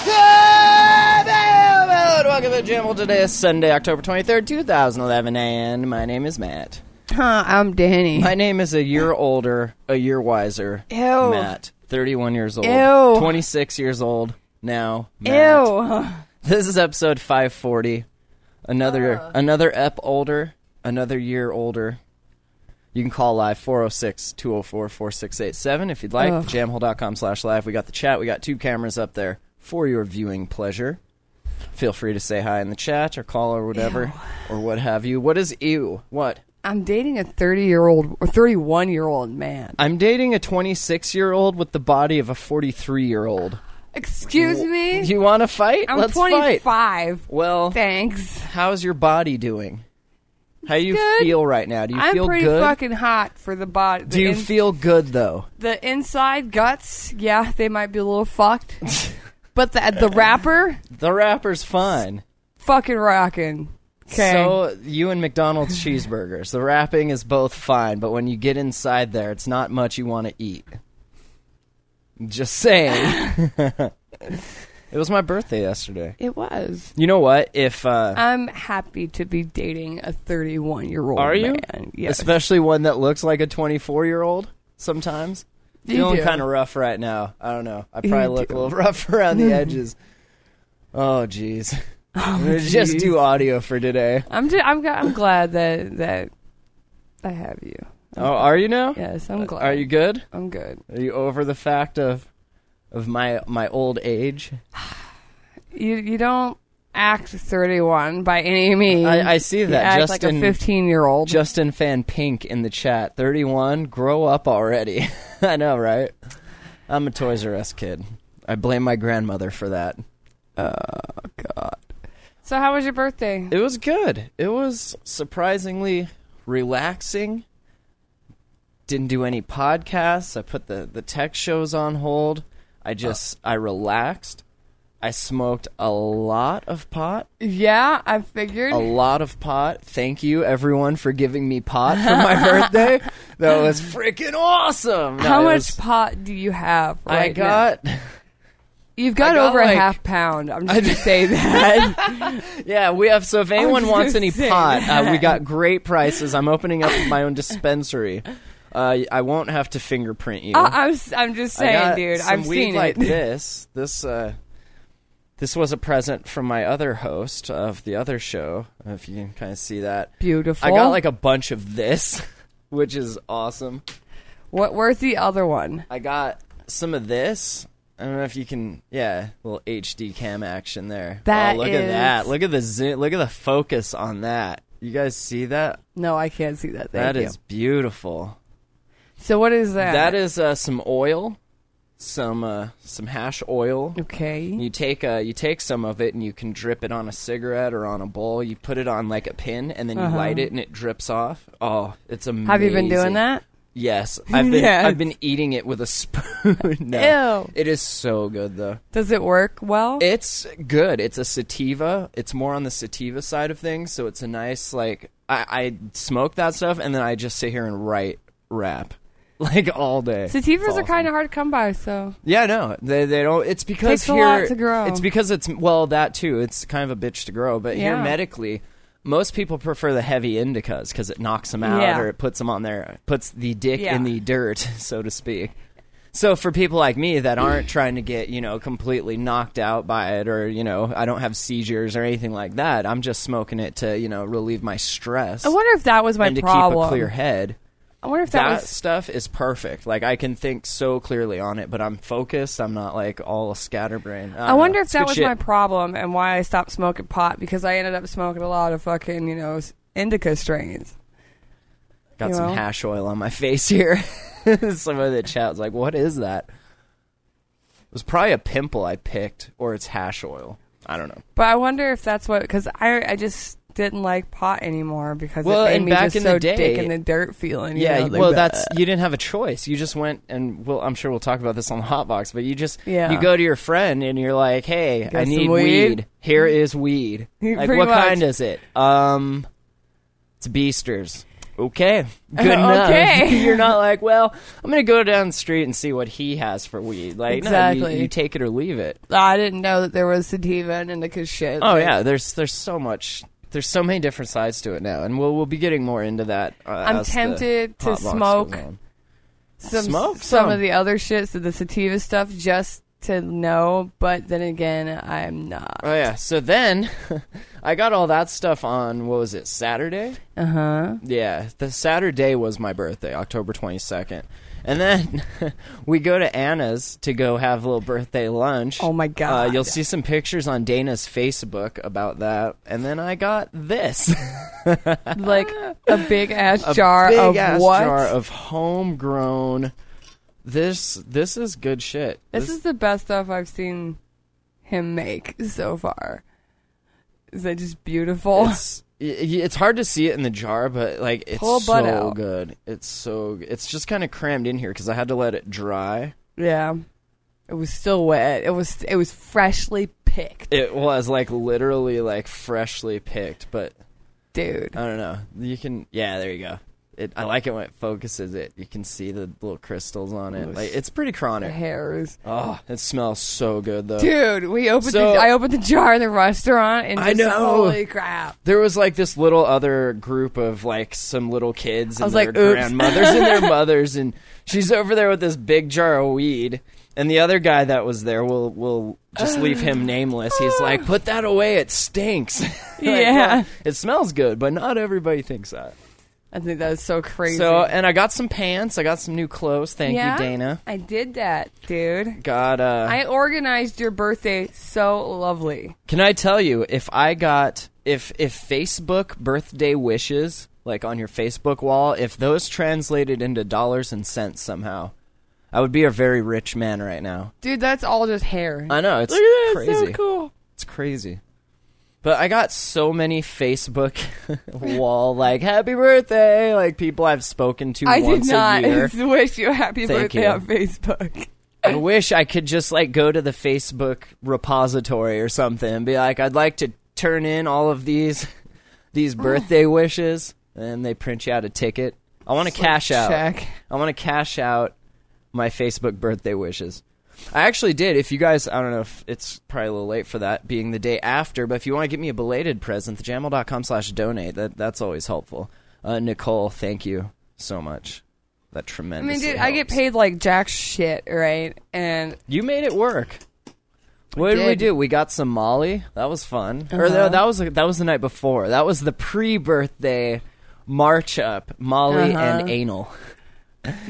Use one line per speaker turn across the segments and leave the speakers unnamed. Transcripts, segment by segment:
Good evening. Welcome to the Jamble. Today is Sunday, October 23rd, 2011, and my name is Matt.
Huh, I'm Danny.
My name is a year older, a year wiser.
Ew.
Matt, 31 years old.
Ew.
26 years old now. Matt.
Ew.
This is episode 540. Another
Ah.
another ep older, another year older. You can call live 406-204-4687 if you'd like.
Ugh.
Jamhole.com slash live. We got the chat. We got two cameras up there for your viewing pleasure. Feel free to say hi in the chat or call or whatever or what have you. What is ew? What?
I'm dating a 30 year old or 31 year old man.
I'm dating a 26-year-old with the body of a 43-year-old.
Excuse me?
You want to fight?
I'm
Let's
25.
fight. Well,
Thanks.
How's your body doing? How you
good.
feel right now? Do you
I'm
feel
pretty
good?
fucking hot for the body. The
Do you
in-
feel good though?
the inside guts? Yeah, they might be a little fucked. but the the wrapper,
The wrapper's fine.
fucking rocking. Okay.
So you and McDonald's cheeseburgers, the wrapping is both fine, but when you get inside there, it's not much you want to eat. Just saying. it was my birthday yesterday.
it was.
You know what? If uh,
I'm happy to be dating a 31 year old.
Are you?
Man. Yes.
Especially one that looks like a 24 year old sometimes.
You
Feeling
do.
kind of rough right now. I don't know. I
You
probably look
do.
a little rough around the edges. Oh, jeez. Just
Oh, jeez.
do audio for today.
I'm just, I'm g- I'm glad that that I have you.
Oh, are you now?
Yes, I'm glad.
Uh, Are you good?
I'm good.
Are you over the fact of of my my old age?
You you don't act 31 by any means.
I- I see
You
that.
act
Just
like
in-
a 15 year old.
Justin Fan Pink in the chat. 31, grow up already. I know, right? I'm a Toys R Us kid. I blame my grandmother for that.
So how was your birthday?
It was good. It was surprisingly relaxing. Didn't do any podcasts. I put the, the tech shows on hold. I just I relaxed. I smoked a lot of pot.
Yeah, I figured.
A lot of pot. Thank you everyone for giving me pot for my birthday. That was freaking awesome. No,
how
it
much
was-
pot do you have? Right
I got
Now? You've got,
I got
over
like-
a half pound. I'm just gonna say that.
Yeah, we have. So if anyone
just
wants any
saying
pot, uh, we got great prices. I'm opening up my own dispensary. Uh, I won't have to fingerprint you.
I, I'm s- I'm just
I
saying,
got
dude.
some
I've
weed
seen
like
it.
this. This uh, this was a present from my other host of the other show. If you can kind of see that,
Beautiful.
I got like a bunch of this, which is awesome.
What? Where's the other one?
I got some of this. I don't know if you can, yeah, little HD cam action there.
That
oh, look at
is-
that! Look at the zoom. Look at the focus on that. You guys see that?
No, I can't see that. Thank
That is
you.
beautiful.
So what is that?
That is uh, some oil, some uh, some hash oil.
okay.
You take uh, you take some of it and you can drip it on a cigarette or on a bowl. You put it on like a pin and then you light it and it drips off. Oh, it's amazing.
Uh-huh. Have you been doing that?
Yes, I've been
Yes.
I've been eating it with a spoon. no.
Ew.
It is so good though.
Does it work well?
It's good. It's a sativa. It's more on the sativa side of things, so it's a nice like I, I smoke that stuff and then I just sit here and write rap like all day.
Sativas are kind of hard to come by, so
Yeah, no, they they don't. It's because
Takes a
here
lot to grow.
it's because it's well that too. It's kind of a bitch to grow, but here
Yeah.
medically, most people prefer the heavy indicas because it knocks them out
Yeah.
or it puts them on their puts the dick
Yeah.
in the dirt, so to speak. So for people like me that aren't trying to get you know completely knocked out by it or you know I don't have seizures or anything like that, I'm just smoking it to you know relieve my stress
I wonder if that was my
and to
problem.
keep a clear head
I wonder if that,
that
was
stuff is perfect. Like I can think so clearly on it, but I'm focused. I'm not like all scatterbrained.
I wonder if that was
shit.
my problem and why I stopped smoking pot because I ended up smoking a lot of fucking, you know, s- indica strains.
Got
You
some
know?
hash oil on my face here. some of the chat was like, "What is that?" It was probably a pimple I picked, or it's hash oil. I don't know.
But I wonder if that's what because I I just didn't like pot anymore because
Well,
it made
and
me
back
just
in the
so
day-
dick in the dirt feeling. you
Yeah,
know,
you-
like, uh,
well,
bleh.
that's you didn't have a choice. You just went, and we'll, I'm sure we'll talk about this on the hot box. But you just
Yeah.
you go to your friend and you're like, "Hey, I
some
need
weed?" Mm-hmm.
Here is weed. like,
Pretty
what
much.
kind is it? Um, it's Beasters. Okay, good enough.
Okay.
you're not like, well, I'm gonna go down the street and see what he has for weed. Like, no, you-
Exactly.
you, take it or leave it.
I didn't know that there was sativa and indica shit.
Oh
Like,
yeah, there's there's so much. There's so many different sides to it now, and we'll we'll be getting more into that. Uh,
I'm
as the
tempted to
hot box goes
smoke
on.
some
Smoke
some
some.
of the other shit, so the sativa stuff, just to know. But then again, I'm not.
Oh yeah. So then, I got all that stuff on what was it Saturday?
Uh huh.
Yeah, the Saturday was my birthday, October twenty second. And then we go to Anna's to go have a little birthday lunch.
Oh, my God.
Uh, you'll see some pictures on Dana's Facebook about that. And then I got this
Like a big ass jar
big
of
ass
what?
jar of homegrown. This this is good shit.
This is the best stuff I've seen him make so far. Is that just beautiful?
it's y- y- it's hard to see it in the jar, but like it's
Pull a
so
butt out.
good. It's so g- it's just kind of crammed in here because I had to let it dry.
yeah. It was still wet. It was it was freshly picked,
It was like literally like freshly picked, but
dude.
I don't know. You can yeah, there you go. It, I like it when it focuses it. You can see the little crystals on it. Like it's pretty
The
chronic.
hairs.
Oh, it smells so good though.
Dude, we opened
So-
the, I opened the jar in the restaurant and just,
I know.
holy crap.
there was like this little other group of like some little kids and
was
their
like, "Oops."
grandmothers and their mothers, and she's over there with this big jar of weed. And the other guy that was there, we'll we'll just leave him nameless. He's like, "Put that away. It stinks." Like,
Yeah.
well, it smells good, but not everybody thinks that.
I think that was so crazy.
So, and I got some pants. I got some new clothes. Thank
yeah,
you, Dana.
I did that, dude.
Got uh,
I organized your birthday so lovely.
Can I tell you if I got if if Facebook birthday wishes like on your Facebook wall, if those translated into dollars and cents somehow, I would be a very rich man right now.
Dude, that's all just hair.
I know it's
Look at that, it's
crazy.
so cool.
It's crazy. But I got so many Facebook wall like happy birthday like people I've spoken to
I did
once
not
a year.
wish you a happy
Thank
birthday
you.
on Facebook.
I wish I could just like go to the Facebook repository or something and be like, I'd like to turn in all of these these
Oh.
birthday wishes, and they print you out a ticket. I want to cash out.
check.
I want to cash out my Facebook birthday wishes. I actually did. If you guys, I don't know if it's probably a little late for that, being the day after. But if you want to give me a belated present, thejamal.com slash donate. That that's always helpful. Uh, Nicole, thank you so much. That
I mean,
tremendous.
dude, I get paid like jack shit, right? And
You made it work. What did. we
did. Uh-huh.
do? We got some Molly. That was fun. Or no, that was that was the night before. That was the pre-birthday march up Molly and anal.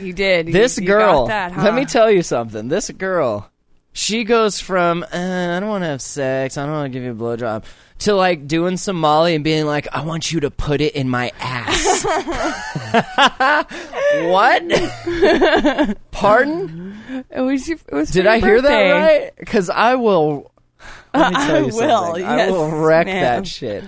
you did. Uh-huh. You-
This
you
girl.
got that, huh?
Let me tell you something. This girl. She goes from uh, I don't want to have sex, I don't want to give you a blowjob, to like doing some Molly and being like, I want you to put it in my ass. what? Pardon?
It was, your- it was
Did
for your
I hear that
birthday.
right? Because I will. Let me tell you
I
something.
will,
I will
yes,
wreck
ma'am.
that shit.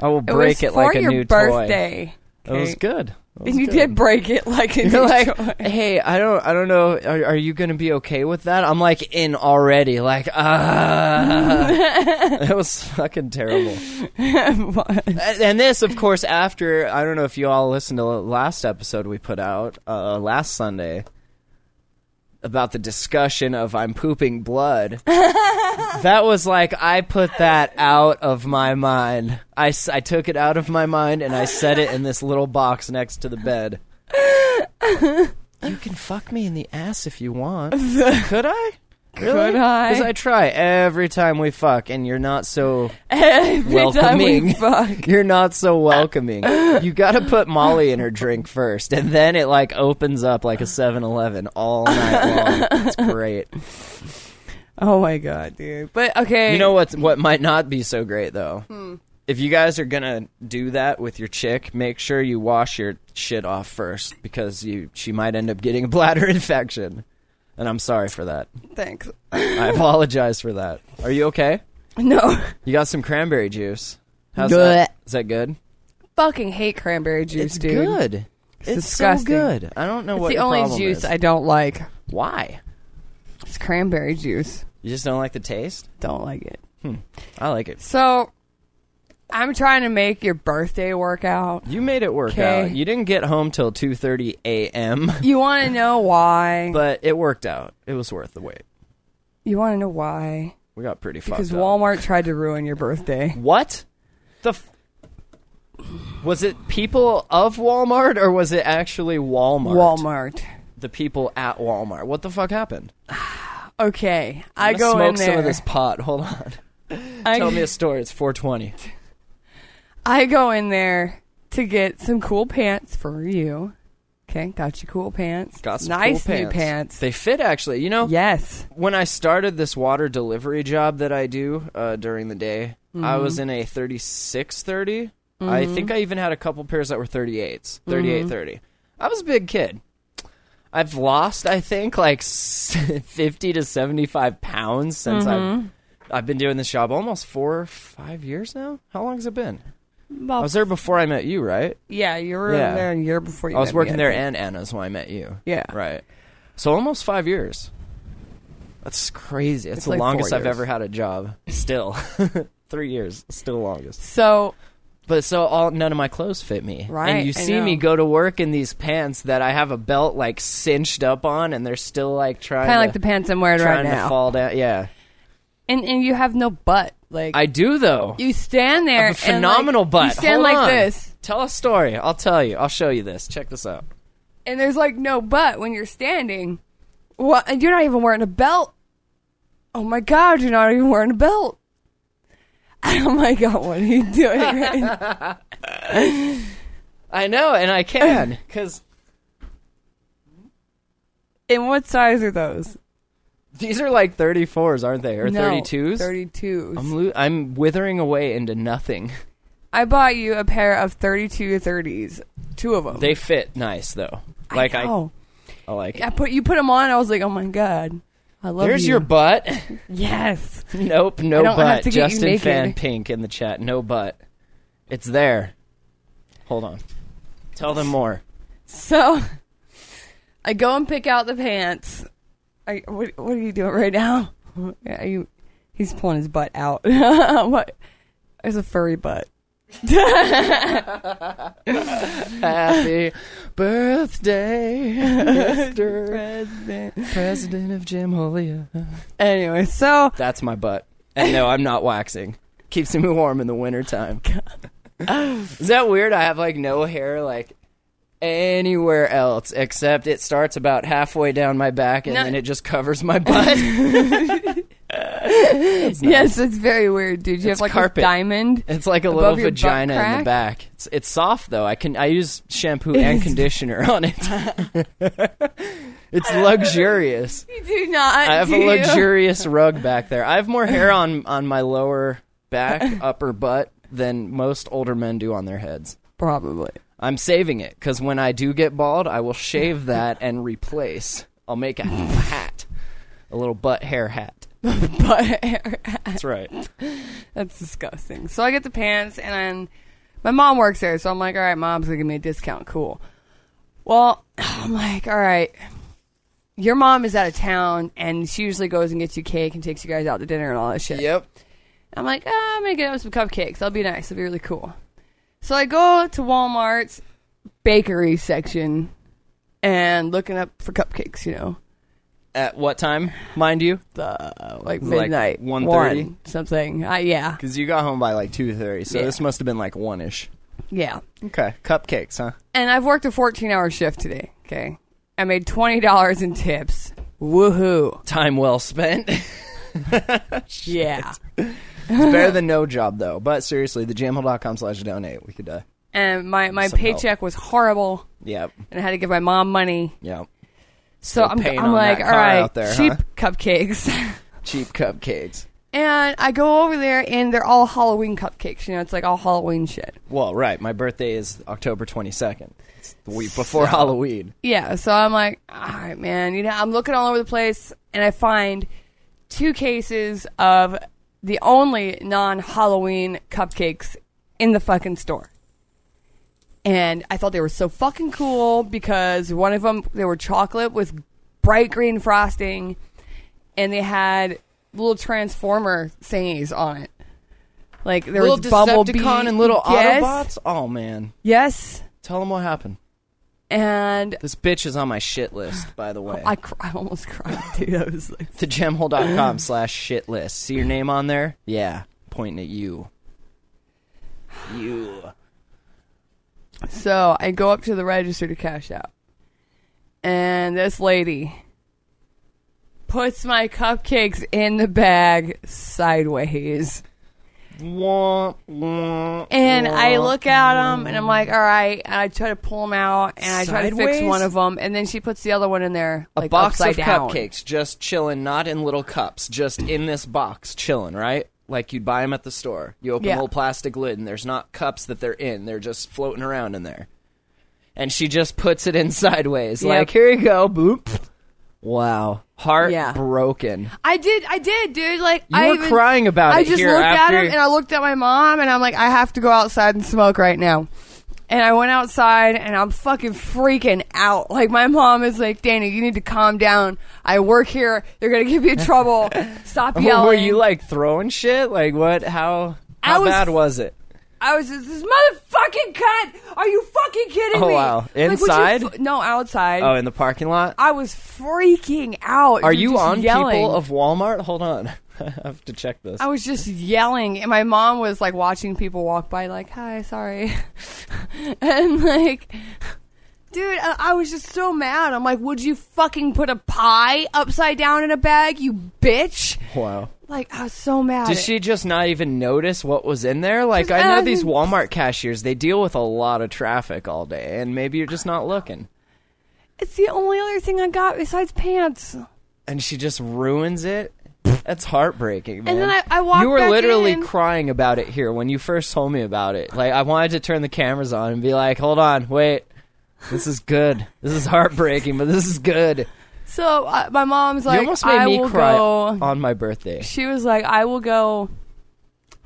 I will
It
break
was
it, like
for
a
your
new toy.
birthday.
It was good. It was
And you
good.
did break it like a
You're
new
like,
toy.
hey, I don't, I don't know. Are, are you gonna be okay with that? I'm like in already. Like, ah, it was fucking terrible.
What?
And and this, of course, after I don't know if you all listened to the last episode we put out uh, last Sunday about the discussion of I'm pooping blood. that was like I put that out of my mind. I, s- I took it out of my mind and I set it in this little box next to the bed. you can fuck me in the ass if you want. Could I? Really?
Could I?
Because I try every time we fuck, and you're not so
Every time
welcoming.
we fuck.
You're not so welcoming. you got to put Molly in her drink first, and then it like opens up like a 7-Eleven all night long. It's great.
Oh my god, dude. But okay.
You know what? What might not be so great though if you guys are gonna do that with your chick, make sure you wash your shit off first because you she might end up getting a bladder infection. And I'm sorry for that.
Thanks.
I apologize for that. Are you okay?
No.
You got some cranberry juice. How's
Good.
that? Is that good?
Fucking hate cranberry juice,
it's
dude.
good. It's,
disgusting.
so good. I don't know
It's
what
the
your
only
problem
juice
is.
I don't like.
Why?
It's cranberry juice.
You just don't like the taste?
Don't like it.
I like it.
So I'm trying to make your birthday work out.
You made it work
'Kay.
out. You didn't get home till 2:30 a.m.,
You want to know why?
but it worked out. It was worth the wait.
you want to know why?
We got pretty fucked
Because
up.
Walmart tried to ruin your birthday.
What? The f- Was it people of Walmart or was it actually Walmart?
Walmart.
The people at Walmart. What the fuck happened?
Okay, I
I'm gonna
go
smoke
in there.
some of this pot. Hold on.
I,
Tell me a story. It's 420.
I go in there to get some cool pants for you. Okay, got you cool pants.
Got some
nice
cool
new pants.
They fit actually. You know,
yes.
when I started this water delivery job that I do uh, during the day, I was in a 3630. I think I even had a couple pairs that were 38s, 3830. I was a big kid. I've lost, I think, like s- 50 to 75 pounds since I've. I've been doing this job almost four, five years now. How long has it been? I was there before I met you, right?
yeah, you were
Yeah.
in there a year before you.
I was
met me,
working there,
think.
and Anna's when I met you.
Yeah.
Right. So almost five years. That's crazy. It's,
It's
the
like four
longest I've
years.
ever had a job. Still, three years. Still longest.
So
But so all none of my clothes fit me.
Right,
And you
I
see me
know.
go to work in these pants that I have a belt like cinched up on, and they're still like trying.
kind of
to,
like the pants I'm wearing right
trying
now.
to fall down. Yeah.
And and you have no butt. Like
I do though.
you stand
I
there.
have a phenomenal
and, like,
butt.
You stand
Hold
like
on.
this,
Tell a story. I'll tell you. I'll show you this. Check this out.
and there's like no butt when you're standing. What? And you're not even wearing a belt. Oh my god, you're not even wearing a belt. Oh my god, what are you doing? right now?
I know, and I can because
and what size are those?
These are like 34s, aren't they? Or 32s?
32s.
I'm, lo- I'm withering away into nothing.
I bought you a pair of 32 30s, two of them.
They fit nice though. Like I, I,
oh,
like. it.
I put you put them on. I was like, oh my god, I love
There's
you.
your butt.
yes.
nope, no
I don't
butt.
have to get you
Justin
naked.
Fan Pink in the chat. No butt. It's there. Hold on. Tell them more.
So I go and pick out the pants. I, what, what are you doing right now? Are you, he's pulling his butt out. what? There's a furry butt.
Happy birthday, Mr.
President.
President of Jamholia.
Anyway, so
That's my butt. And no, I'm not waxing. Keeps me warm in the wintertime. Is that weird? I have like no hair like anywhere else except it starts about halfway down my back and
No.
then it just covers my butt.
yes, it's very weird, dude. You
It's
have like
carpet.
a diamond.
It's like a
Above
little
your butt
vagina in the
crack?
back. It's, it's soft though. I can I use shampoo and conditioner on it. it's luxurious.
You do not.
I have
do
a
you?
luxurious rug back there. I have more hair on on my lower back, upper butt than most older men do on their heads.
Probably.
I'm saving it because when I do get bald, I will shave that and replace. I'll make a hat, a little butt hair hat.
But
That's right.
That's disgusting. So I get the pants, and then my mom works there, so I'm like, all right, mom's gonna give me a discount. Cool. Well, I'm like, all right, your mom is out of town, and she usually goes and gets you cake and takes you guys out to dinner and all that shit.
Yep.
I'm like, ah, I'm gonna get up some cupcakes. That'll be nice. That'll be really cool. So I go to Walmart's bakery section and looking up for cupcakes. You know,
At what time, mind you?
the
like
like midnight,
1:30?
one, something. Uh, yeah,
Because you got home by like two thirty, so
Yeah.
this must have been like one ish.
yeah.
Okay. Cupcakes, huh?
and I've worked a 14 hour shift today. Okay. I made $20 in tips. Woohoo.
Time well spent.
Yeah.
it's better than no job though. But seriously, the jamhole.com slash donate. We could. Uh,
And my, my
Some help.
paycheck was horrible,
yep.
and I had to give my mom money.
Yep.
So I'm,
paying
I'm
on
like,
that
all
car
right,
out there,
cheap
huh?"
cupcakes.
Cheap cupcakes.
And I go over there, and they're all Halloween cupcakes. You know, it's like all Halloween shit.
Well, right. My birthday is October 22nd. It's the week before Halloween.
Yeah, so I'm like, all right, man. You know, I'm looking all over the place, and I find two cases of the only non-Halloween cupcakes in the fucking store. And I thought they were so fucking cool because one of them they were chocolate with bright green frosting, and they had little transformer thingies on it. Like there
little
was Bumblebee
Decepticon and little
yes,
Autobots. Oh man,
Yes,
tell them what happened.
and
This bitch is on my shit list, by the way.
I, cr- I almost cried, dude. I was like.
to gemhole.com slash shit list. See your name on there? Yeah, pointing at you. You.
So I go up to the register to cash out. And this lady puts my cupcakes in the bag sideways.
Wah, wah.
And I look at them and I'm like, all right. And I try to pull them out and I try to fix
Sideways?
one of them. And then she puts the other one in there.
A
like,
box of
upside down.
cupcakes just chilling, not in little cups, just in this box chilling, right? Like you'd buy them at the store. You open
Yeah.
the whole plastic lid and there's not cups that they're in, they're just floating around in there. And she just puts it in sideways.
Yep.
Like, here you go, boop. Wow. Heart broken.
I did, I did, dude. Like
You
I
were
even-
crying about
I
it
just
here
looked
after-
at him and I looked at my mom and I'm like, I have to go outside and smoke right now. And I went outside and I'm fucking freaking out. Like my mom is like, Danny, you need to calm down. I work here. They're gonna give you trouble. Stop yelling.
Were you like throwing shit? Like what? How?
I
How
was-
bad was it?
I was just this motherfucking cunt. Are you fucking kidding
Oh,
me?
wow.
Like, would you
Inside?
fu- no, outside.
Oh, in the parking lot.
I was freaking out.
Are
dude,
you
just
on
yelling.
people of Walmart? Hold on, I have to check this.
I was just yelling, and my mom was like watching people walk by, like, "Hi, sorry," and like, dude, I, I was just so mad. I'm like, "Would you fucking put a pie upside down in a bag, you bitch?"
Wow.
Like, I was so mad.
Did she just not even notice what was in there? Like I know
um,
these Walmart cashiers, they deal with a lot of traffic all day, and maybe you're just not looking.
It's the only other thing I got besides pants.
And she just ruins it. That's heartbreaking, man.
And then I- I walked
You were
back
literally
in.
crying about it here when you first told me about it. Like I wanted to turn the cameras on and be like, "Hold on, wait, this is good. This is heartbreaking, but this is good."
So uh, my mom's like,
you almost made
"I
me
will
cry
go."
on my birthday.
she was like, I will go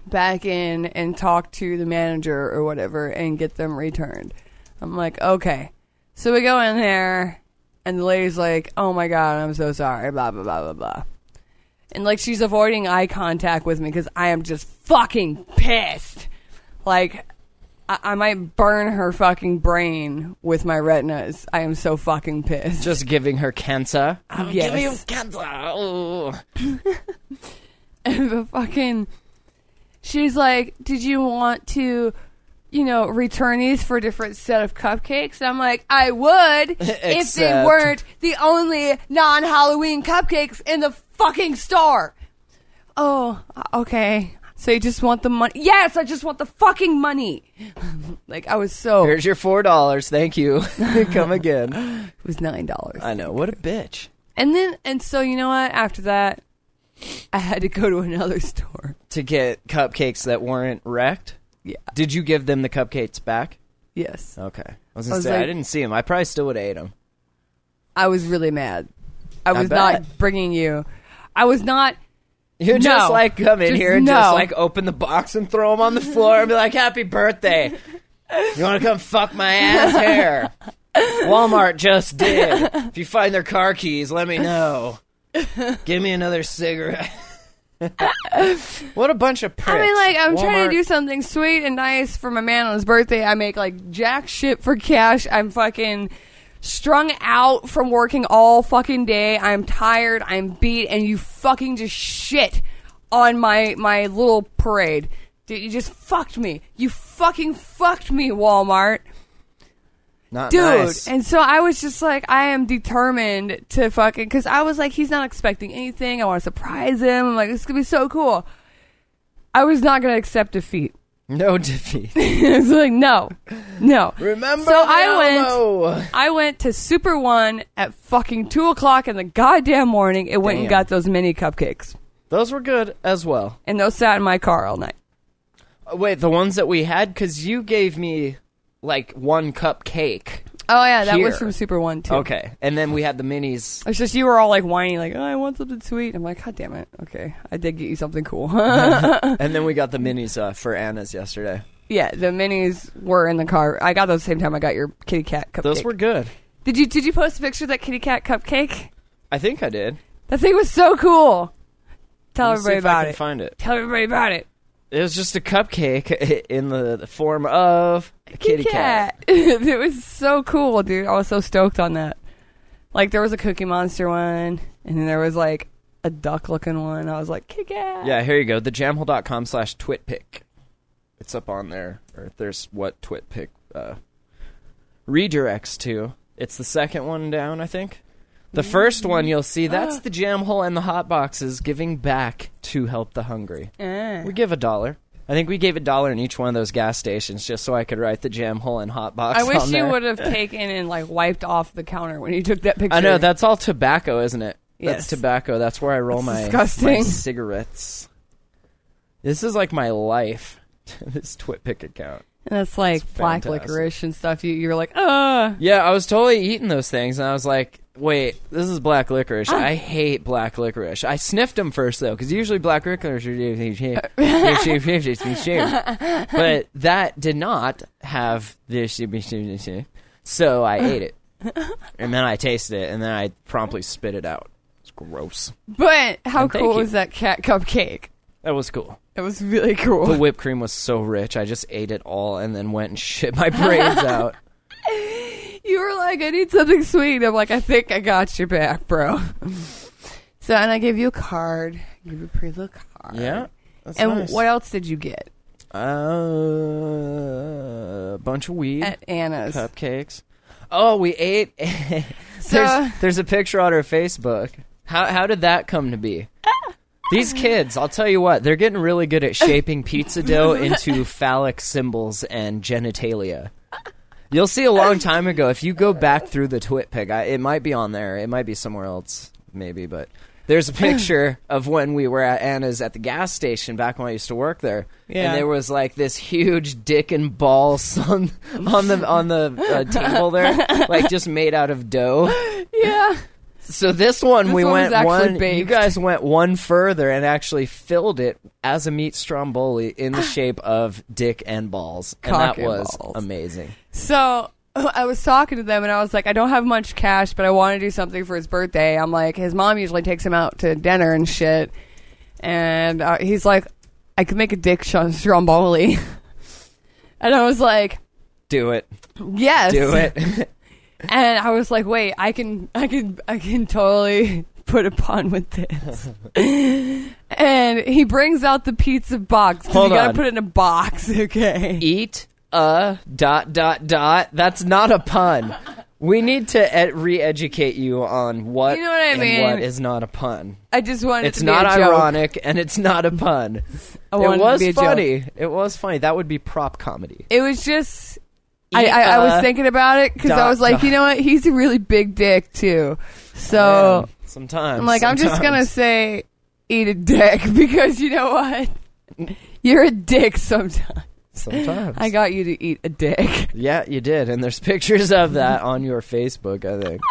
back in and talk to the manager or whatever and get them returned. I'm like, okay. So we go in there, and the lady's like, oh my God, I'm so sorry, blah, blah, blah, blah, blah. And like, she's avoiding eye contact with me because I am just fucking pissed. Like, I-, I might burn her fucking brain with my retinas. I am so fucking pissed.
Just giving her cancer. I'll
Yes.
give you cancer. Ooh.
but fucking she's like did you want to you know return these for a different set of cupcakes and i'm like i would if they
Except-
weren't the only non-halloween cupcakes in the fucking store oh okay so you just want the money yes i just want the fucking money like i was so it
Here's your four dollars. Thank you. Come again.
was nine dollars
I know. What a bitch.
and then and so you know what after that i had to go to another store
To get cupcakes that weren't wrecked.
yeah
Did you give them the cupcakes back?
yes
Okay. I was gonna
I was
say I
like-
didn't see them. I probably still would have ate them.
I was really mad. I was
bet.
not bringing you. I was not.
You're just
No.
like come in
Just
here and
no.
just like open the box and throw them on the floor and be like, "Happy birthday." You want to come fuck my ass hair? Walmart just did. If you find their car keys, let me know. Give me another cigarette. what a bunch of pricks.
I mean, like, I'm trying
Walmart-
to do something sweet and nice for my man on his birthday. I make like jack shit for cash. I'm fucking strung out from working all fucking day. I'm tired. I'm beat, and you fucking just shit on my my little parade. Dude, you just fucked me. You fucking fucked me, Walmart.
Not
dude.
nice.
And so I was just like, I am determined to fucking because I was like, he's not expecting anything. I want to surprise him. I'm like, this is gonna be so cool. I was not gonna accept defeat.
no defeat.
I was like, no, no.
Remember,
So
the
I
Alamo.
I went to Super One at fucking two o'clock in the goddamn morning. It went and
Damn.
got those mini cupcakes.
Those were good as well.
and those sat in my car all night.
Uh, Wait, the ones that we had because you gave me like one cup cake.
Oh yeah, that
Here.
was from Super One too.
Okay, and then we had the minis.
It's just you were all like whiny, like oh, I want something sweet. I'm like, God damn it. Okay, I did get you something cool. yeah,
And then we got the minis uh, for Anna's yesterday.
the minis were in the car. I got those the same time I got your kitty cat cupcake.
Those were good.
Did you did you post a picture of that kitty cat cupcake?
I think I did.
That thing was so cool. Tell
Let me see
everybody
if I
about
can
it.
Find it.
Tell everybody about it.
It was just a cupcake in the, the form of a kitty cat.
it was so cool, dude. I was so stoked on that. Like there was a Cookie Monster one, and then there was like a duck looking one. I was like, kitty cat.
Yeah, here you go. Thejamhole.com slash twitpic. It's up on there. Or there's what twitpic uh, redirects to. It's the second one down, I think. The first
Mm.
one you'll see
Ah.
that's the jam hole and the hot boxes giving back to help the hungry.
Yeah.
We give a dollar. I think we gave a dollar in each one of those gas stations just so I could write the jam hole and hot box.
I wish
on
you
there.
would have taken and like wiped off the counter when you took that picture.
I know that's all tobacco, isn't it?
Yes.
That's tobacco. That's where I roll my, my
disgusting.
cigarettes. This is like my life. this Twitpic account.
And that's like
It's
black
fantastic.
licorice and stuff. You you're like, uh
Yeah, I was totally eating those things, and I was like, "Wait, this is black licorice.
Ah.
I hate black licorice." I sniffed them first though, because usually black licorice.
Uh,
but that did not have this. So I ate it, and then I tasted it, and then I promptly spit it out. It's gross.
But how
And thank
cool
you.
was that cat cupcake?
That was cool.
It was really cool.
The whipped cream was so rich. I just ate it all and then went and shit my brains out.
you were like, I need something sweet. I'm like, I think I got your back, bro. so, and I gave you a card. I gave you a pretty little card.
Yeah. That's
and
nice.
what else did you get
Uh, a bunch of weed,
at Anna's?
cupcakes. Oh, we ate.
So-
there's, there's a picture on her Facebook. How how did that come to be? These kids, I'll tell you what, they're getting really good at shaping pizza dough into phallic symbols and genitalia. You'll see a long time ago if you go back through the TwitPig. I, it might be on there. It might be somewhere else, maybe. But there's a picture of when we were at Anna's at the gas station back when I used to work there.
Yeah.
And there was like this huge dick and balls on on the on the uh, table there, like just made out of dough.
Yeah.
So this one we
one was
went
actually
one. You
baked.
guys went one further and actually filled it as a meat stromboli in the shape of dick and balls, and
Ah. Cock
that
and
was
balls.
amazing.
So I was talking to them and I was like, I don't have much cash, but I want to do something for his birthday. I'm like, his mom usually takes him out to dinner and shit. And uh, he's like, I could make a dick sh- stromboli. and I was like,
Do it,
yes.
do it.
And I was like, wait, I can, I can, I can totally put a pun with this. and he brings out the pizza box. 'cause
Hold
you gotta
on. E
put it in a box, okay?
Eat a dot dot dot. That's not a pun. We need to ed- re-educate you on what
You know what I
and
mean.
what is not a pun.
I just wanted it
It's
to be a
not
joke.
ironic and it's not a pun.
I wanted
It
to
was
be a joke.
funny. It was funny. That would be prop comedy.
It was just. I, I, I was
uh,
thinking about it because I
dot,
was like,
dot.
you know what? He's a really big dick too, so
Man, sometimes
Oh. I'm like, I'm just gonna
sometimes.
say, eat a dick because you know what? You're a dick sometimes.
Sometimes
I got you to eat a dick.
Yeah, you did, and there's pictures of that on your Facebook. I think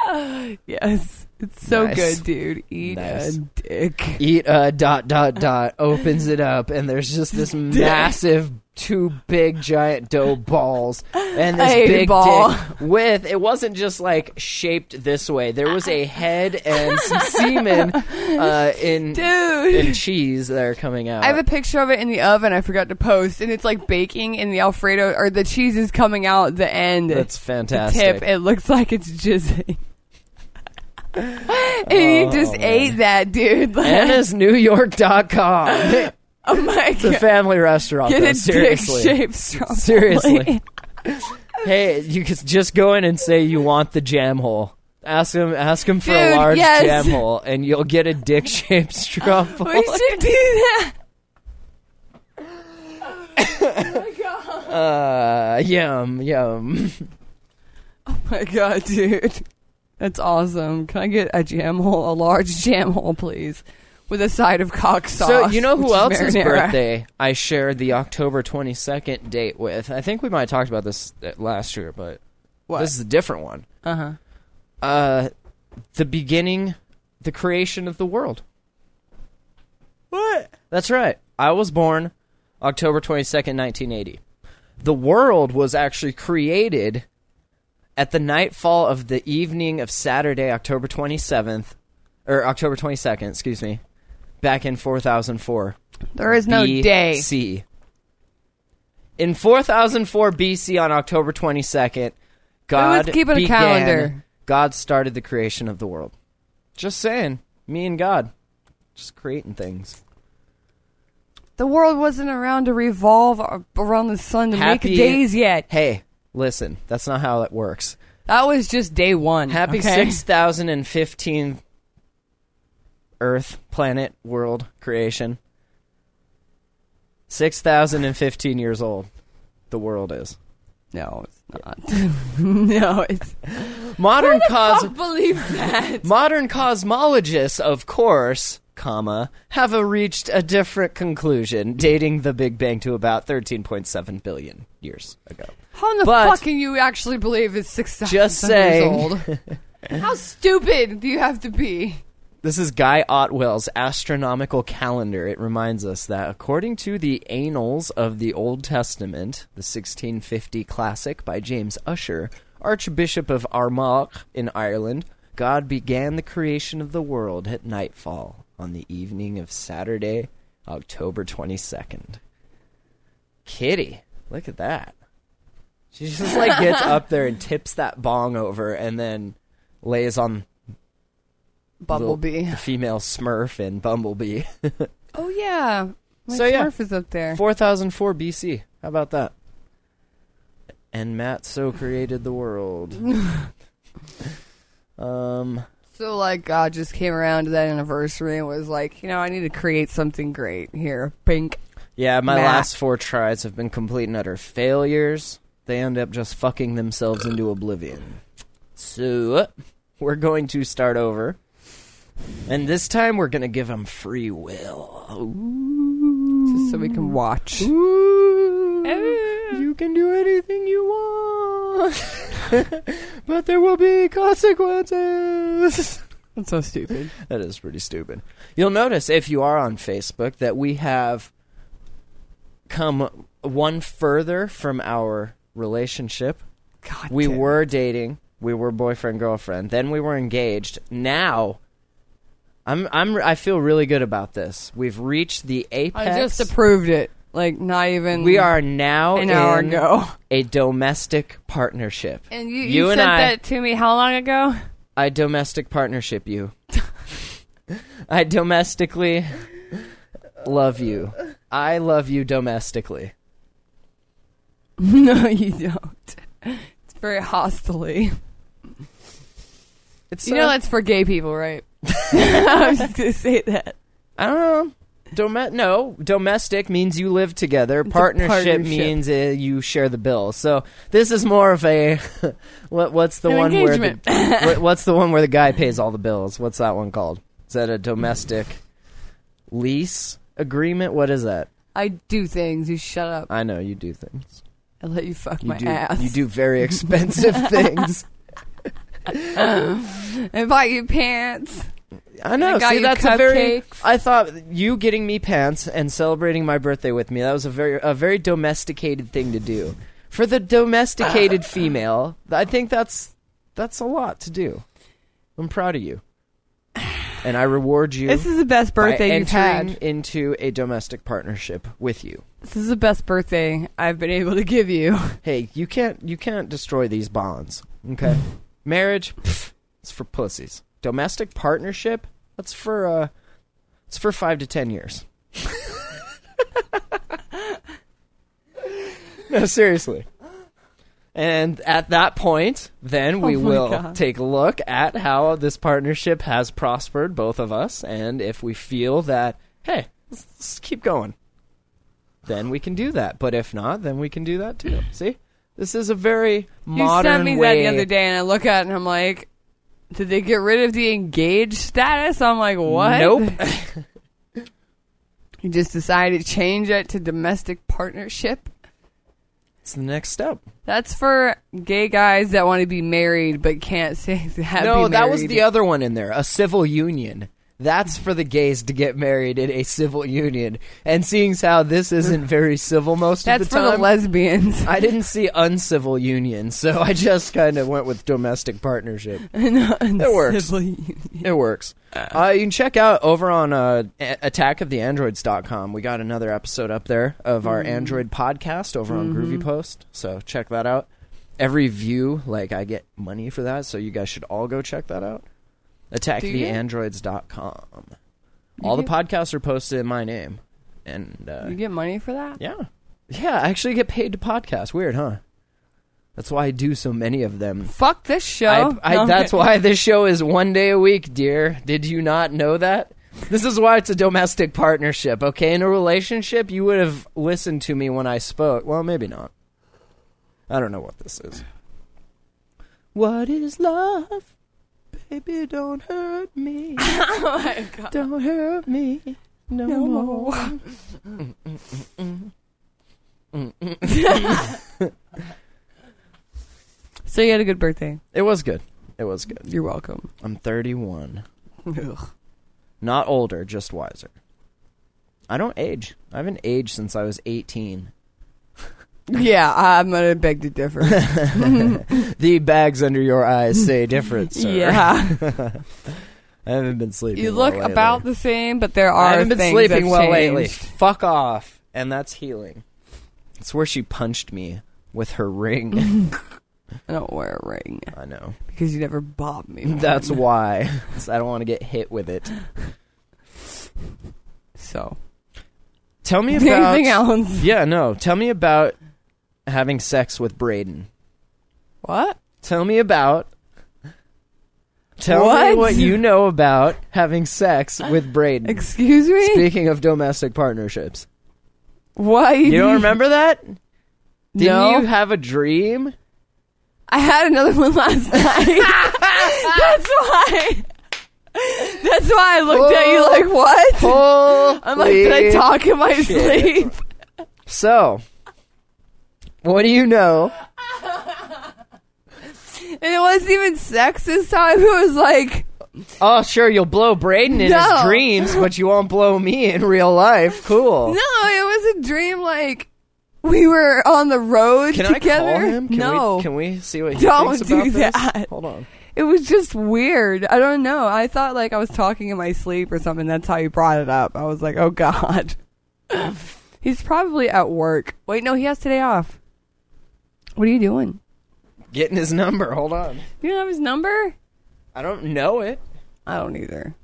Yes, it's so
Nice.
good, dude. Eat
Nice.
a dick.
eat a dot dot dot opens it up, and there's just this massive, two big giant dough balls, and this
I hate
big
ball.
dick with it wasn't just like shaped this way. There was a head and some semen uh, in
Dude.
in cheese that are coming out.
I have a picture of it in the oven. I forgot to post, and it's like baking, and the Alfredo or the cheese is coming out the end.
That's fantastic.
tip. It looks like it's jizzing. and you
Oh,
just ate that, dude. Like,
AnnaSNewYork.com.
oh my
It's a
god.
family restaurant.
Get
though,
a
seriously.
dick-shaped stromboli.
Seriously. Hey, you could just go in and say you want the jam hole. Ask him, ask him for
Dude,
a large
yes.
jam hole, and you'll get a dick-shaped stromboli.
We should do that.
Uh, yum, yum.
Oh my god, dude. That's awesome. Can I get a jam hole, a large jam hole, please? with a side of cock sauce.
So you know
which
who
is
else's
marinara.
birthday I shared the October 22nd date with? I think we might have talked about this uh, last year, but
What?
this is a different one.
Uh-huh.
Uh the beginning, the creation of the world.
What?
That's right. I was born October 22nd, 1980. The world was actually created at the nightfall of the evening of Saturday, October 27th or October 22nd, excuse me, back in 4004.
There is no day.
BC. E. In 4004 BC E on October 22nd, God
keeping a
began-
calendar.
God started the creation of the world. Just saying, me and God just creating things.
The world wasn't around to revolve ar- around the sun to
Happy
make days yet.
Hey, listen, that's not how it works.
That was just day one.
Happy
okay?
6015 Earth, planet, world creation. 6015 years old the world is.
No, it's not. no, it's.
Modern
I
cause
don't believe that.
Modern cosmologists, of course, comma, have uh, reached a different conclusion, dating the Big Bang to about 13.7 billion years ago.
How in the
But-
fuck can you actually believe it's six thousand
Just saying.
years old? How stupid do you have to be?
This is Guy Otwell's astronomical calendar. It reminds us that according to the Annals of the Old Testament, the 1650 classic by James Usher, Archbishop of Armagh in Ireland, God began the creation of the world at nightfall on the evening of Saturday, October 22nd. Kitty, look at that. She just like gets up there and tips that bong over and then lays on little-
Bumblebee.
the female Smurf and Bumblebee.
Oh yeah. My
So, yeah.
Smurf is up there.
4004 BC. How about that? And Matt so created the world. um,
So like God just came around to that anniversary and was like, you know, I need to create something great here. Pink.
yeah, my
Matt.
last four tries have been complete and utter failures. They end up just fucking themselves into oblivion. So, we're going to start over. And this time we're going to give them free will.
Just so we can watch. Oh,
You can do anything you want, but there will be consequences.
That's so stupid.
That is pretty stupid. You'll notice if you are on Facebook that we have come one further from our relationship.
God
We
damn.
were dating, we were boyfriend girlfriend, then we were engaged. Now I'm I'm I feel really good about this. We've reached the apex.
I just approved it. Like not even
we are now
an hour
in
ago.
a domestic partnership.
And you, you,
and
sent
I,
that to me how long ago?
I domestic partnership you. I domestically love you. I love you domestically.
no, you don't. It's very hostily.
It's
You know
uh,
that's for gay people, right? I was just gonna say that.
I don't know. Dome- no, domestic means you live together.
a
Partnership,
partnership.
means uh, you share the bill. So this is more of a what, what's the
An
one
engagement.
where the, what, what's the one where the guy pays all the bills? What's that one called? Is that a domestic lease agreement? What is that?
I do things. You shut up.
I know you do things.
I let you fuck
You
my
do
ass.
you do very expensive things.
I bought you pants.
I know.
I got
see,
you
that's a very.
cupcakes.
I thought you getting me pants and celebrating my birthday with me. That was a very a very domesticated thing to do for the domesticated female. I think that's that's a lot to do. I'm proud of you, and I reward you.
This is the best
by
birthday you've
entering
had.
into a domestic partnership with you.
This is the best birthday I've been able to give you.
Hey, you can't you can't destroy these bonds. Okay, marriage, pff, it's for pussies. Domestic partnership, that's for uh, it's for five to ten years. no, seriously. And at that point, then we
Oh my
will
God.
take a look at how this partnership has prospered, both of us, and if we feel that, hey, let's, let's keep going, then we can do that. But if not, then we can do that too. See, this is a very modern
you sent me
way.
that the other day, and I look at it and I'm like, did they get rid of the engaged status? I'm like, what?
Nope.
You just decided to change it to domestic partnership.
It's the next step.
That's for gay guys that want to be married but can't say that.
no, that was the other one in there. A civil union. That's for the gays to get married in a civil union. And seeing as how this isn't very civil most
That's
of the
for
time,
the lesbians.
I didn't see uncivil union, so I just kind of went with domestic partnership.
it
works. It works. Uh, you can check out over on uh, a- attackoftheandroids.com. We got another episode up there of our
Mm-hmm.
Android podcast over on Groovy Post, so check that out. Every view, like I get money for that, so you guys should all go check that out. Attacktheandroids.com. All the
get-
podcasts are posted in my name, and uh,
You get money for that?
yeah, yeah, I actually get paid to podcast. Weird, huh? That's why I do so many of them.
Fuck this show.
I, I,
No, I'm
that's
kidding.
why this show is one day a week, dear. Did you not know that? This is why it's a domestic partnership, okay? In a relationship, you would have listened to me when I spoke. Well, maybe not. I don't know what this is. What is love? Baby, don't hurt me. Don't hurt me Oh no, more.
So you had a good birthday.
It was good. It was good.
You're welcome.
I'm 31.
Ugh.
Not older, just wiser. I don't age. I haven't aged since I was 18.
Yeah, I'm gonna beg to differ.
The bags under your eyes say different, sir.
yeah,
I haven't been sleeping.
you
well
look
lately.
about the same, but there are
I haven't been
things
sleeping
that
well
changed.
lately. Fuck off. And that's healing. It's where she punched me with her ring.
I don't wear a ring
I know.
because you never bob me. one.
That's why. 'Cause I don't want to get hit with it.
so.
Tell me about
Anything else?
Yeah, no. Tell me about having sex with Braden.
What?
Tell me about Tell me
What?
what you know about having sex with Braden.
Excuse me.
Speaking of domestic partnerships.
Why
You don't remember that? Didn't
No.
you have a dream?
I had another one last night. That's why. That's why I looked at you like, what?
Oh,
I'm like, did I talk in my sleep?
So, what do you know?
And it wasn't even sex this time. It was like,
Oh, sure, you'll blow Braden in his
No.
dreams, but you won't blow me in real life. Cool.
no, it was a dream. Like we were on the road
Can
together.
I call him? Can
no,
We, can we see what he
Don't
thinks
do
about this?
that.
Hold on.
it was just weird. I don't know. I thought like I was talking in my sleep or something. That's how you brought it up. I was like, oh god. He's probably at work. Wait, no, he has today off. What are you doing?
Getting his number. Hold on.
You don't have his number?
I don't know it.
I don't either.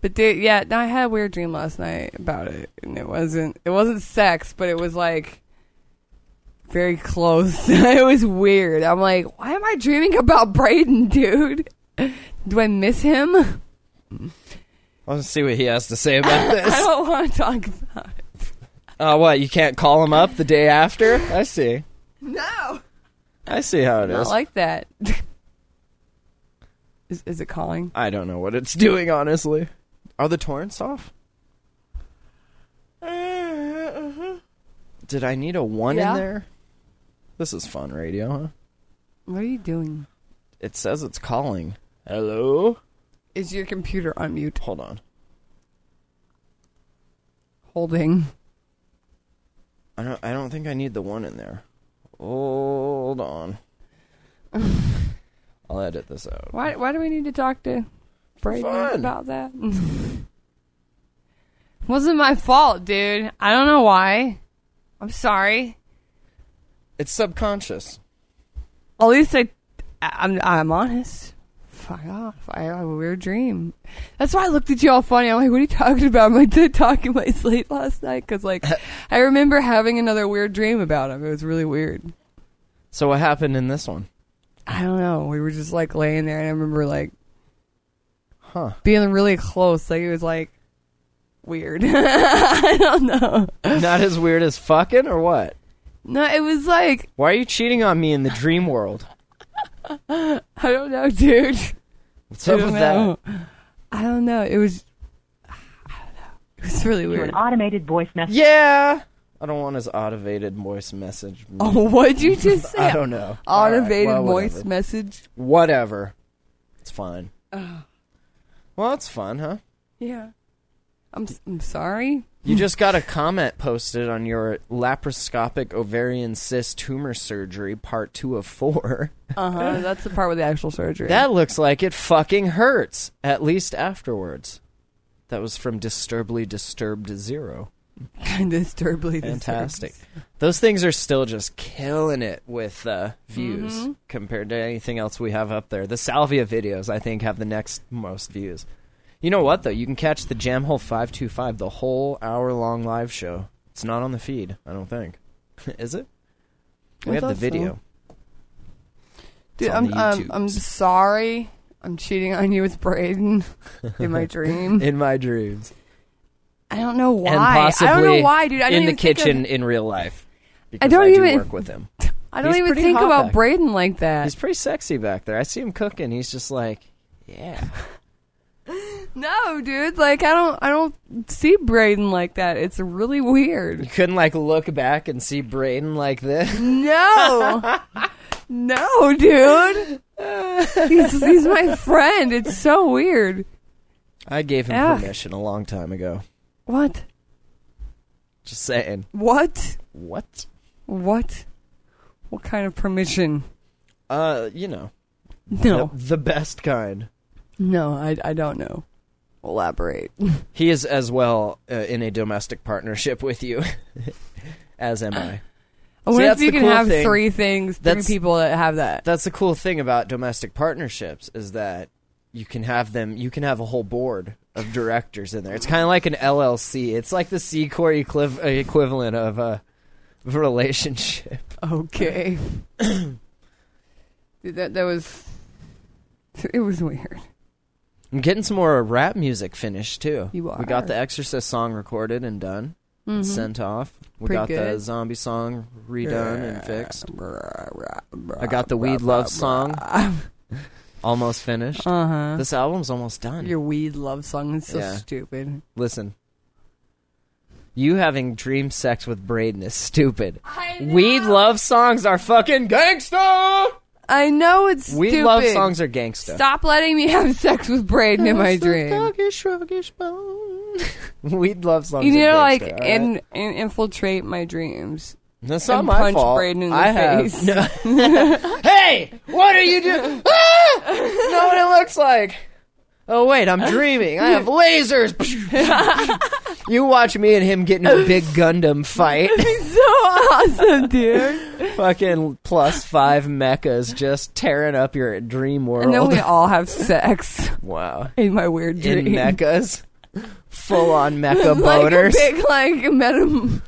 But dude, yeah, no, I had a weird dream last night about it, and it wasn't it wasn't sex, but it was like very close. it was weird. I'm like, why am I dreaming about Brayden, dude? Do I miss him? I
Let's see what he has to say about this.
don't want to talk about it.
Oh, what? You can't call him up the day after? I see.
No,
I see how it
not
is.
like that. is, is it calling?
I don't know what it's doing, honestly. Are the torrents off? Did I need a one
Yeah.
in there? This is fun radio, huh?
What are you doing?
It says it's calling. Hello?
Is your computer on mute?
Hold on.
Holding.
I don't I don't think I need the one in there. Hold on. I'll edit this out.
Why? Why do we need to talk to Brayden
Fun.
about that? Wasn't my fault, dude. I don't know why. I'm sorry.
It's subconscious.
At least I, I- I'm I'm honest. Fuck off. I have a weird dream. That's why I looked at you all funny. I'm like, what are you talking about? Am I did talk in my sleep last night? Because like, I remember having another weird dream about him. It was really weird.
So what happened in this one?
I don't know. We were just like laying there, and I remember like,
Huh.
being really close. Like it was like weird. I don't know.
Not as weird as fucking or what?
No, it was like
Why are you cheating on me in the dream world?
I don't know, dude.
What's up
I
with
don't
that?
know. I don't know. It was. I don't know. It's really weird.
Automated voice message.
Yeah. I don't want his automated voice message.
Oh, what'd you just say?
I don't know. All right,
Automated
well,
voice
whatever.
message.
Whatever. It's fine. Well, it's fun, huh?
Yeah. I'm s- I'm sorry.
You just got a comment posted on your laparoscopic ovarian cyst tumor surgery, part two of four.
Uh huh. That's the part with the actual surgery.
That looks like it fucking hurts, at least afterwards. That was from Disturbly Disturbed Zero.
disturbingly disturbs.
Fantastic. Those things are still just killing it with uh, views
Mm-hmm.
compared to anything else we have up there. The Salvia videos, I think, have the next most views. You know what, though? You can catch the Jam Hole 525, the whole hour long live show. It's not on the feed, I don't think. Is it? We
I
have the
thought so.
video.
Dude,
It's on
I'm,
the
I'm I'm
YouTubes.
sorry. I'm cheating on you with Braden in my dream.
In my dreams.
I don't know why.
And possibly
I don't know why, dude. I didn't
in the
even think of-
kitchen in real life. Because
don't
do
even-
work with him.
I don't
He's
even
pretty
think
hot
about
back.
Braden like that.
He's pretty sexy back there. I see him cooking. He's just like, yeah.
No, dude. Like I don't I don't see Braden like that. It's really weird.
You couldn't like look back and see Braden like this.
No. no, dude. He's, he's my friend. It's so weird.
I gave him
Ugh.
permission a long time ago.
What?
Just saying.
What?
What?
What? What kind of permission?
Uh, you know,
No.
the, the best kind.
No, I, I don't know. Elaborate.
He is as well uh, in a domestic partnership with you, as am I.
I wonder if
that's
you
the
can
cool
have
thing.
three things, three
That's-
people that have that.
That's the cool thing about domestic partnerships is that you can have them. You can have a whole board of directors in there. It's kind of like an LLC. It's like the C Corp equiv- uh, equivalent of a of a relationship.
Okay. Dude, that, that was. It was weird.
I'm getting some more rap music finished too.
You
We got
are. Mm-hmm.
the Exorcist song recorded and done, and sent off. We
Pretty
got the
good.
zombie song redone and fixed. I
I
got the weed love song almost finished.
Uh huh.
This album's almost done.
Your weed love song is so
Yeah.
stupid.
Listen, you having dream sex with Braden is stupid. Weed love songs are fucking gangsta.
I know it's
Weed
stupid.
love songs are gangsta.
Stop letting me have sex with Braden in my
It's a
dream.
doggish, ruggish bone. Weed love songs.
You need
are
to
gangsta,
like
all right?
in, in infiltrate my dreams.
That's
and
not my
punch
fault.
Braden in the
I have-
face.
No. hey, what are you doing? Know what it looks like? Oh wait, I'm dreaming. I have lasers. you watch me and him getting a big Gundam fight.
So awesome, dude.
Fucking plus five mechas just tearing up your dream
and then
world.
we all have sex
wow,
in my weird
in
dream.
mechas, full on mecha
like a
boners.
big like metam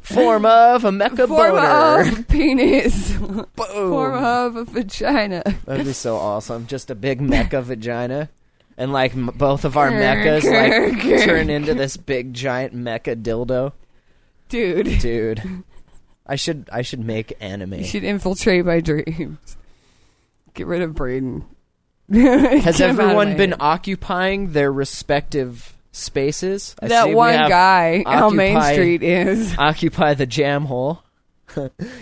Form of a mecha
form
boner.
of penis.
Boom.
Form of a vagina.
That'd be so awesome. Just a big mecha vagina. And like m- both of our mechas like turn into this big giant mecha dildo.
Dude.
Dude. I should I should make anime.
You should infiltrate my dreams. Get rid of Braden.
Has everyone been occupying their respective spaces? I see
that
we
one
have
guy on Main
occupy-
Street is.
Occupy the jam hole.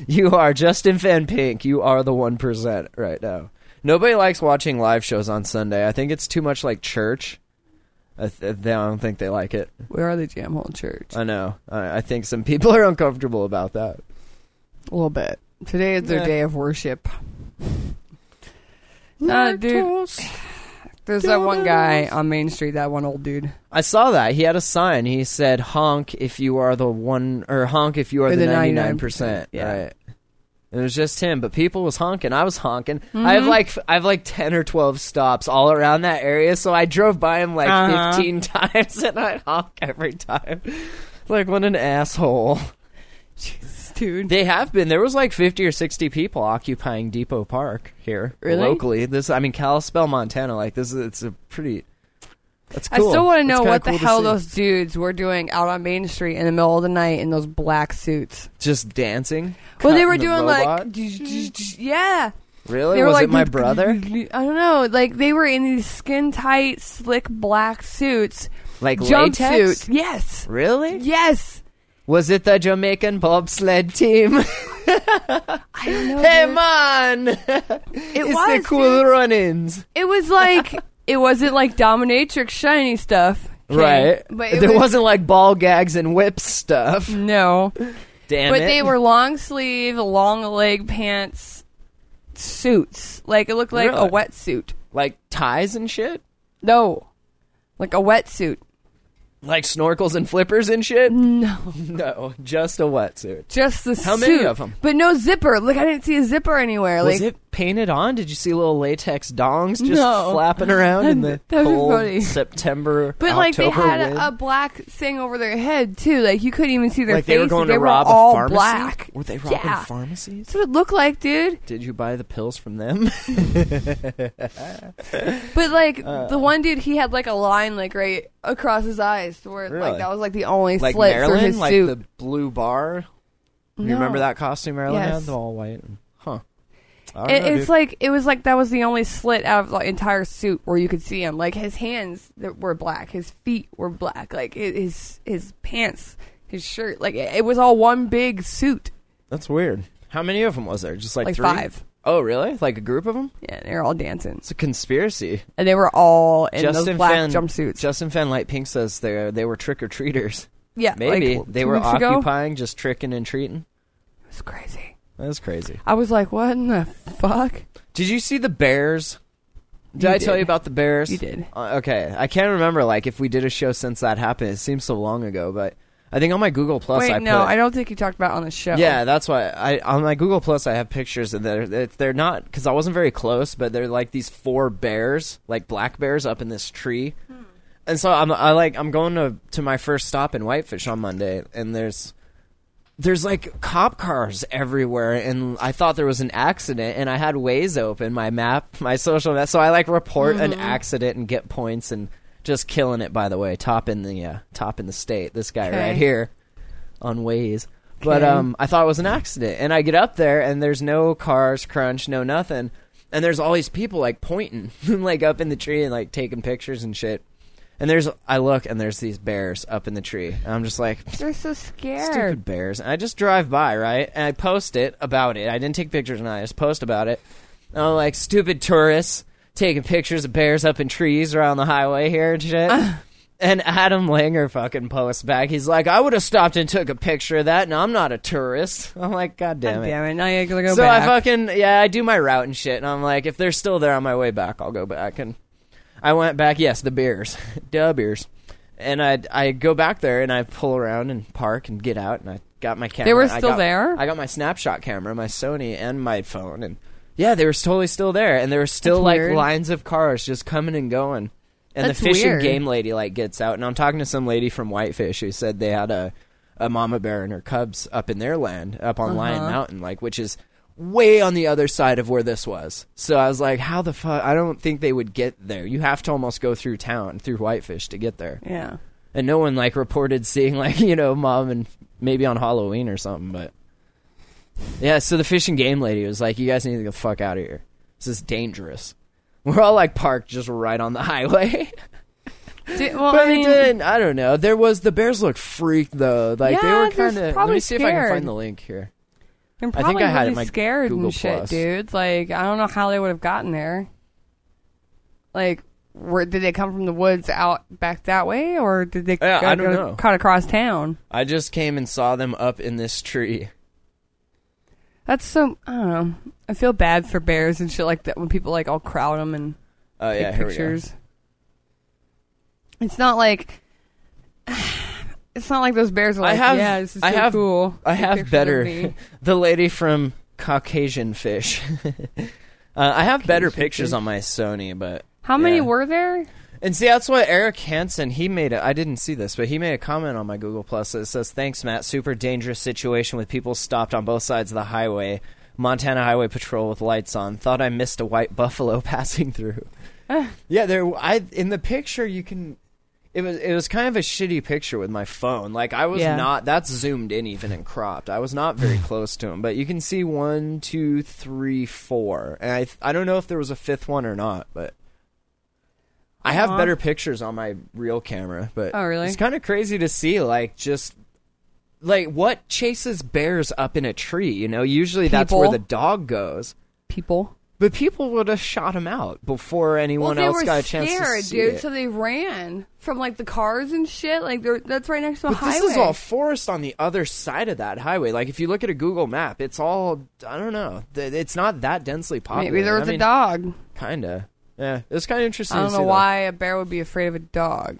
you are Justin Van Pink. You are the one percent right now. Nobody likes watching live shows on Sunday. I think it's too much like church. I, th- I don't think they like it.
Where are the Jam Hole Church?
I know. I, I think some people are uncomfortable about that.
A little bit. Today is their
Yeah.
day of worship. Nah, dude, there's that one guy on Main Street, that one old dude.
I saw that. He had a sign. He said, honk if you are the one, or honk if you are
Or
the,
the
99%.
99%, yeah.
Right. It was just him, but people was honking. I was honking. I
Mm-hmm.
have like I have like ten or twelve stops all around that area, so I drove by him like
Uh-huh.
fifteen times, and I honk every time. Like what an asshole!
Dude.
They have been. There was like fifty or sixty people occupying Depot Park here
Really?
locally. This, I mean, Kalispell, Montana. Like this, is it's a pretty. That's
I
cool.
still want to
It's
know
kinda
what the
cool to
hell
see.
those dudes were doing out on Main Street in the middle of the night in those black suits.
just dancing.
Well, they
Cutting
were
the
doing
robot?
like, yeah.
really?
They were
was
like
it my brother?
I don't know. Like they were in these skin tight, slick black suits,
Like
jumpsuit.
latex?
Yes.
Really?
Yes.
Was it the Jamaican bobsled team?
I don't know.
hey
dude.
man,
it
it's
was
the cool
dude.
run-ins,
It was like it wasn't like dominatrix shiny stuff. 'kay?
right?
But it
there
was,
was... not like ball gags and whip stuff.
no.
Damn
But
it!
they were long sleeve, long leg pants suits. Like it looked like
Really?
a wetsuit.
like ties and shit,
No. Like a wetsuit.
like snorkels and flippers and shit.
No.
No, just a wetsuit.
Just the
How
suit.
many of 'em?
But no zipper. Like I didn't see a zipper anywhere.
Was
like
it painted on? Did you see little latex dongs just
No.
flapping around in the
That was
cold
funny.
September?
But like they
October
had
wind?
a, a black thing over their head too. Like you couldn't even see their
like
face.
they were going to rob
all
a pharmacy.
black.
Were they robbing
yeah.
pharmacies?
That's what it looked like, dude.
Did you buy the pills from them?
But like
Uh,
the one dude, he had like a line like right across his eyes, where
Really?
like that was like the only
like
slit for
Marilyn,
his
like
suit.
the blue bar. You
No.
remember that costume Marilyn
Yes.
had, the all white? Huh. I don't
It-
know,
it's
dude.
like it was like that was the only slit out of the entire suit where you could see him. Like his hands that were black, his feet were black, like hi- his his pants, his shirt, like it, it was all one big suit.
that's weird. How many of them was there? Just like,
Like
three?
five.
Oh, really? Like a group of them?
Yeah, they're all dancing,
It's a conspiracy.
and they were all in
Justin
those black
Fan,
jumpsuits.
Justin Fan Light Pink says they they were trick or treaters.
yeah,
Maybe
like,
they
two
were
weeks ago.
occupying, just tricking and treating.
It's crazy.
That was crazy.
I was like, what in the fuck?
Did you see the Bears? Did
You
I tell
did.
you about the Bears?
You did.
Uh, okay, I can't remember like if we did a show since that happened. It seems so long ago, but I think on my Google Plus,
Wait,
I
no,
put,
I don't think you talked about it on the show.
Yeah, that's why I on my Google Plus I have pictures and they're they're- they're not because I wasn't very close, but they're like these four bears, like black bears, up in this tree.
Hmm.
And so I'm I like I'm going to to my first stop in Whitefish on Monday, and there's there's like cop cars everywhere, and I thought there was an accident, and I had Waze open, my map, my social net, so I like report an
Mm-hmm.
accident and get points and. Just killing it, by the way. Top in the uh, top in the state. This guy right
Okay.
here on Waze. But
Okay.
um, I thought it was an accident, and I get up there, and there's no cars, crunch, no nothing, and there's all these people like pointing, like up in the tree and like taking pictures and shit. And there's I look, and there's these bears up in the tree, and I'm just like.
They're so scared.
Stupid bears. And I just drive by, right? And I post it about it. I didn't take pictures and I just post about it. And I'm like, stupid tourists taking pictures of bears up in trees around the highway here and shit. and Adam Langer fucking posts back. He's like, I would have stopped and took a picture of that and I'm not a tourist. I'm like, God damn it.
Damn it, now you're gonna go
so
back.
I fucking yeah, I do my route and shit and I'm like, if they're still there on my way back, I'll go back and I went back, yes, the beers. Duh beers. And I I go back there and I pull around and park and get out and I got my camera.
were
I
still
got-
there?
I got my snapshot camera, my Sony and my phone and yeah, they were totally still there and there were still
That's
like
weird.
lines of cars just coming and going. And
That's
the fish
weird.
and game lady like gets out and I'm talking to some lady from Whitefish who said they had a a mama bear and her cubs up in their land up on Lion Mountain like which is way on the other side of where this was. So I was like how the fuck I don't think they would get there. You have to almost go through town through Whitefish to get there.
yeah.
And no one like reported seeing like, you know, mom and maybe on Halloween or something, but yeah, so the fish and game lady was like, "You guys need to get the fuck out of here. This is dangerous." We're all like parked just right on the highway.
Did, well,
But
I
it
mean,
didn't. I don't know. There was the Bears look freaked though. Like
Yeah,
they were
they're
kind of. Let
probably
me see if I can
scared.
find the link here.
they're
think
probably
I had it
really
in my
scared
Google
and shit,
Plus.
dude. Like, I don't know how they would have gotten there. Like, where did they come from the woods out back that way, or did they
Yeah,
go,
I don't
go-
know.
cut across town?
I just came and saw them up in this tree.
That's so. I don't know. I feel bad for bears and shit like that when people like all crowd them and
Oh yeah,
take
here
pictures. It's not like it's not like those bears are
we go.
like,
I have.
yeah, this is
I
so
have.
cool.
I
Take
have
pictures of
better.
me.
the lady from Caucasian Fish. uh, I have better pictures on my Sony, but
How many
yeah.
were there?
And see, that's what Eric Hansen he made. A, I didn't see this, but he made a comment on my Google Plus that says, "Thanks, Matt. Super dangerous situation with people stopped on both sides of the highway. Montana Highway Patrol with lights on. Thought I missed a white buffalo passing through." yeah, there. I in the picture you can. It was it was kind of a shitty picture with my phone. Like I was
Yeah. Hmm.
not that's zoomed in even and cropped. I was not very close to him, but you can see one, two, three, four, and I I don't know if there was a fifth one or not, but I have better pictures on my real camera, but
Oh, really?
It's kind of crazy to see, like just like what chases bears up in a tree. You know, usually that's where
People.
the dog goes,
people.
but people would have shot him out before anyone
well, they
else
were
got a
scared,
chance to see
dude.
it.
So they ran from like the cars and shit. Like they're, that's right next to a
but
highway.
this is all forest on the other side of that highway. Like if you look at a Google map, it's all I don't know. Th- It's not that densely populated.
Maybe there was
I mean,
a dog.
Kinda. Yeah, it was kind of interesting.
I
to
don't
see,
know
though.
why a bear would be afraid of a dog.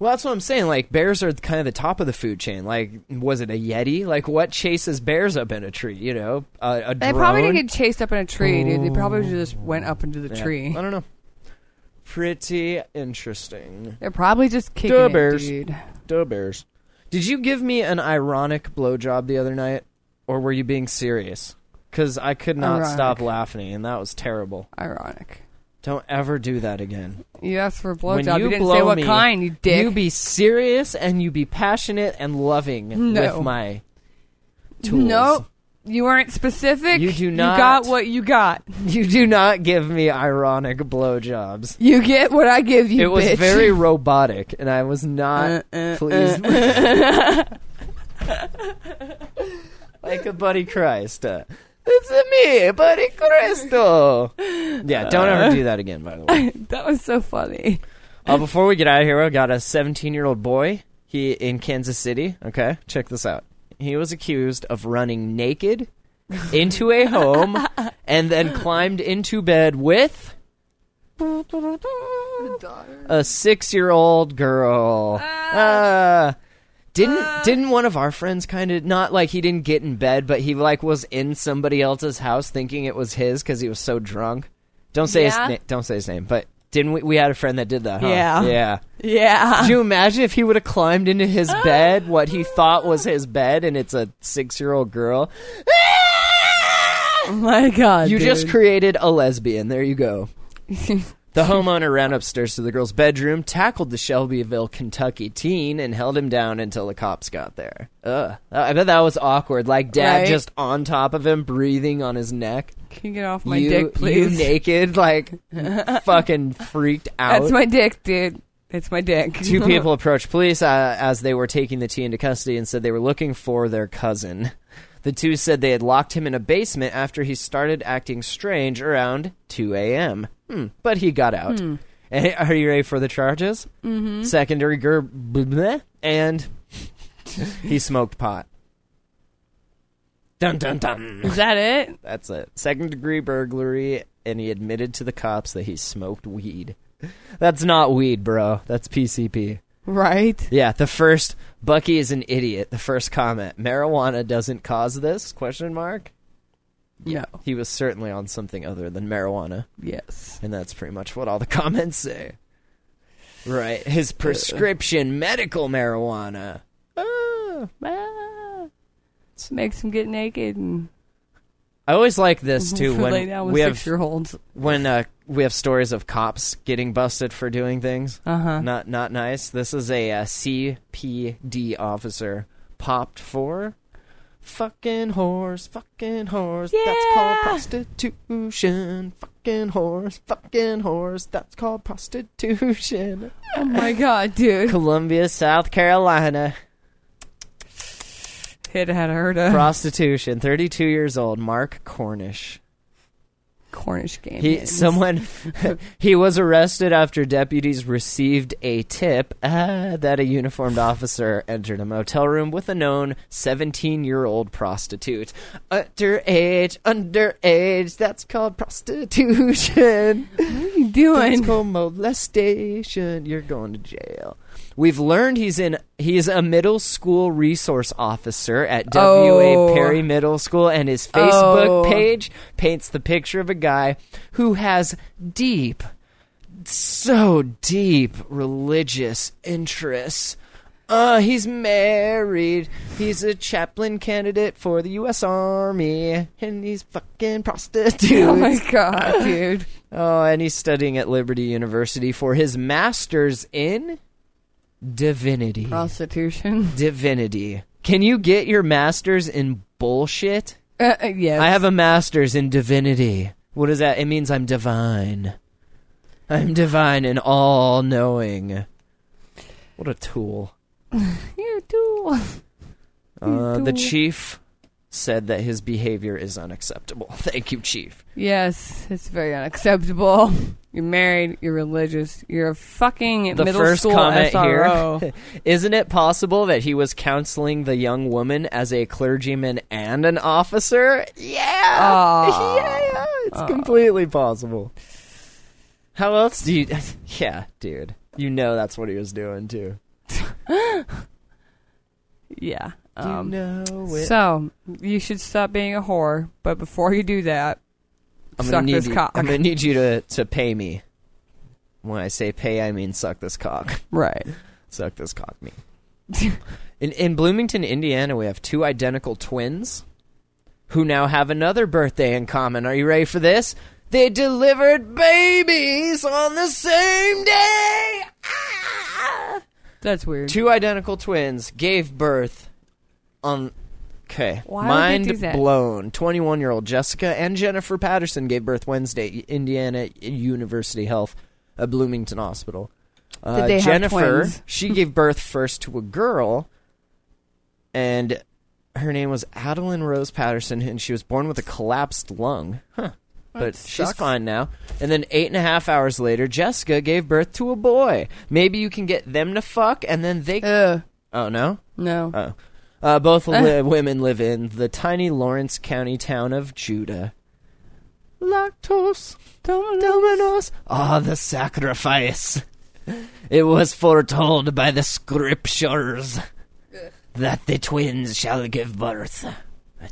Well, that's what I'm saying. Like bears are kind of the top of the food chain. Like, was it a yeti? Like, what chases bears up in a tree? You know, a, a
They
drone.
probably didn't get chased up in a tree, dude. They probably just went up into the
Yeah,
tree.
I don't know. Pretty interesting.
They're probably just kicking
Duh,
it,
bears.
dude.
Doe bears. Did you give me an ironic blowjob the other night, or were you being serious? Because I could not
Ironic.
stop laughing, and that was terrible.
Ironic.
Don't ever do that again.
You asked for a
when
blowjob.
you,
You, didn't
blow
say what
me,
kind, you dick.
You be serious and you be passionate and loving
No.
with my tools.
nope. You weren't specific.
You do
You got
not.
what you got.
You do not give me ironic blowjobs.
You get what I give you.
It was
bitch.
very robotic, and I was not
Uh, uh,
pleased. like a buddy Christ. Uh, it's me, buddy Cristo. Yeah, don't ever do that again. By the way,
that was so funny.
uh, before we get out of here, we got a 17-year-old boy. He in Kansas City. Okay, check this out. He was accused of running naked into a home and then climbed into bed with. a six-year-old girl. Ah. didn't didn't one of our friends kind of not like he didn't get in bed, but he like was in somebody else's house thinking it was his because he was so drunk. Don't say
Yeah.
his na- don't say his name, but didn't we? We had a friend that did that. Huh?
Yeah.
yeah.
Yeah.
Could you imagine if he would have climbed into his bed, what he thought was his bed, and it's a six-year-old girl?
Oh my god.
You
dude.
just created a lesbian. There you go. The homeowner ran upstairs to the girl's bedroom, tackled the Shelbyville, Kentucky teen, and held him down until the cops got there. Ugh. I bet that was awkward. Like, dad
Right?
just on top of him, breathing on his neck.
Can you get off my
you,
dick, please?
You naked, like, fucking freaked out.
That's my dick, dude. It's my dick.
Two people approached police uh, as they were taking the teen into custody and said they were looking for their cousin. The two said they had locked him in a basement after he started acting strange around 2 a.m. Hmm, but he got out. Eh, Are you ready for the charges? Mm-hmm. Secondary ger- bleh, bleh, and he smoked pot. Dun dun dun.
Is that it?
That's it. Second degree burglary, and he admitted to the cops that he smoked weed. That's not weed, bro. That's PCP.
Right.
Yeah, the first Bucky is an idiot. The first comment: marijuana doesn't cause this? Question mark.
No.
He was certainly on something other than marijuana,
Yes.
and that's pretty much what all the comments say. Right, his prescription medical marijuana.
Uh.
Ah.
Ah. Makes him get naked and
I always like this too
lay
when
down with
we have
six-year-olds.
when uh, we have stories of cops getting busted for doing things. Not not nice. This is a, uh CPD officer popped for fucking whores, fucking whores. That's called
Yeah.
prostitution. Fucking whores, fucking whores. That's called prostitution.
Oh my god, dude!
Columbia, South Carolina.
Hit had heard of
Prostitution. 32 years old, Mark Cornish.
Cornish game.
He someone he was arrested after deputies received a tip uh, that a uniformed officer entered a motel room with a known 17-year-old prostitute. Underage, underage. That's called prostitution.
What are you
It's
doing?
called molestation. You're going to jail. We've learned he's in. He's a middle school resource officer at W.A.
Oh.
Perry Middle School, and his Facebook
Oh.
page paints the picture of a guy who has deep, so deep religious interests. Uh, he's married. He's a chaplain candidate for the U.S. Army, and he's fucking prostitutes.
Oh my god, dude!
Oh, and he's studying at Liberty University for his master's in divinity.
Prostitution.
Divinity. Can you get your master's in bullshit?
Uh, uh, yes,
I have a master's in divinity. What is that? It means I'm divine. I'm divine and all knowing. What a tool.
You too.
Uh, the
tool.
chief said that his behavior is unacceptable. Thank you, chief.
Yes, it's very unacceptable. You're married. You're religious. You're a fucking
The
middle
first
school
comment
SRO.
here. Isn't it possible that he was counseling the young woman as a clergyman and an officer? Yeah.
Aw.
Yeah. It's completely possible. How else do you. yeah, dude. You know that's what he was doing, too.
yeah.
Um,
Um,
know it.
so you should stop being a whore. But before you do that,
I'm
suck
gonna need
this
you,
cock.
I'm gonna need you to, to pay me. When I say pay, I mean suck this cock.
right?
Suck this cock me. in, in Bloomington, Indiana, we have two identical twins who now have another birthday in common. Are you ready for this? They delivered babies on the same day. Ah!
That's weird.
Two identical twins gave birth on. Okay.
Why would they
Mind
do that?
blown. 21 year old Jessica and Jennifer Patterson gave birth Wednesday, Indiana University Health, a Bloomington hospital. Uh,
Did they have
Jennifer,
twins?
she gave birth first to a girl, and her name was Adeline Rose Patterson, and she was born with a collapsed lung. Huh. But she's
sucks.
fine now. And then eight and a half hours later, Jessica gave birth to a boy. Maybe you can get them to fuck, and then they.
Ugh.
oh no.
No.
Oh. Uh, both li- women live in the tiny Lawrence County town of Judah. Lactose Dominos. Ah, the sacrifice. It was foretold by the scriptures that the twins shall give birth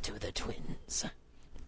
to the twins.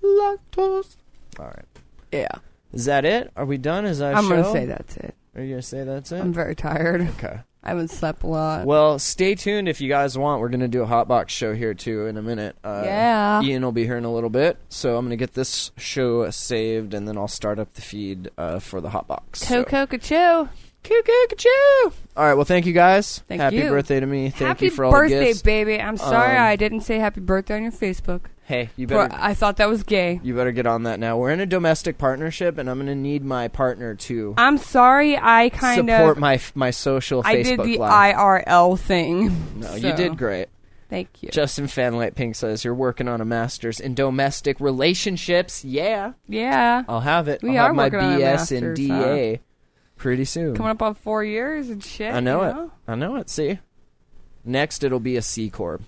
Lactose. All right.
yeah.
Is that it? Are we done? Is that
I'm gonna
show?
say that's it.
Are you going to say that's it?
I'm very tired.
okay.
I haven't slept a lot.
Well, stay tuned if you guys want. We're gonna do a hot box show here too in a minute. Uh,
Yeah.
Ian will be here in a little bit, so I'm gonna get this show saved and then I'll start up the feed uh, for the hot box. So-
Coco Cacho.
Cuckoo-ca-choo! All right. Well, thank you guys.
Thank
happy
you.
birthday to me. Thank
happy
you for all the
birthday,
gifts.
baby. I'm sorry
Um,
I didn't say happy birthday on your Facebook.
hey, you
Bro,
better
I thought that was gay.
you better get on that now. We're in a domestic partnership, and I'm gonna need my partner to
I'm sorry I kind
support
of
my f- my social
I
Facebook
did the
live.
IRL thing.
no,
So,
you did great.
Thank you.
Justin Fanlight Pink says you're working on a master's in domestic relationships. Yeah.
yeah.
I'll have it.
We
I'll have
are
my
working on a
BS and
master's,
DA pretty soon.
Coming up on four years and shit.
I know
you
it. I know it. See, next it'll be a C corp,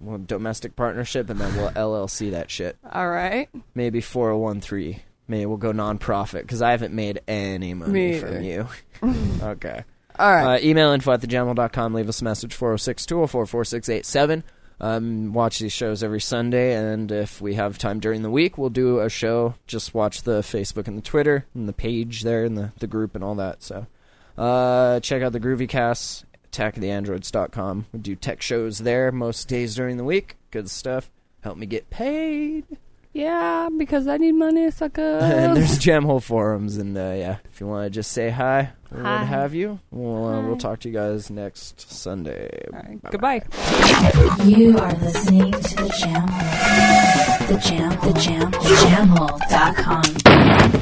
well, domestic partnership, and then we'll LLC that shit.
All right.
Maybe four hundred one three. Maybe we'll go nonprofit because I haven't made any money
Me
from
either.
you. okay.
All right.
Uh, email info at thegemal.com. Leave us a message 406 204 4687. Um, watch these shows every Sunday, and if we have time during the week, we'll do a show. Just watch the Facebook and the Twitter and the page there and the, the group and all that. So uh, check out the Groovy Casts, attackoftheandroids.com. We do tech shows there most days during the week. Good stuff. Help me get paid.
yeah, because I need money,
And
sucker.
there's jam hole forums, and uh, yeah, if you want to just say hi or what
Hi.
have you, we'll, uh, we'll talk to you guys next Sunday. Bye-bye.
Goodbye.
You are listening to the Jam Hole. The Jam, the Jam, the Jam Hole.com.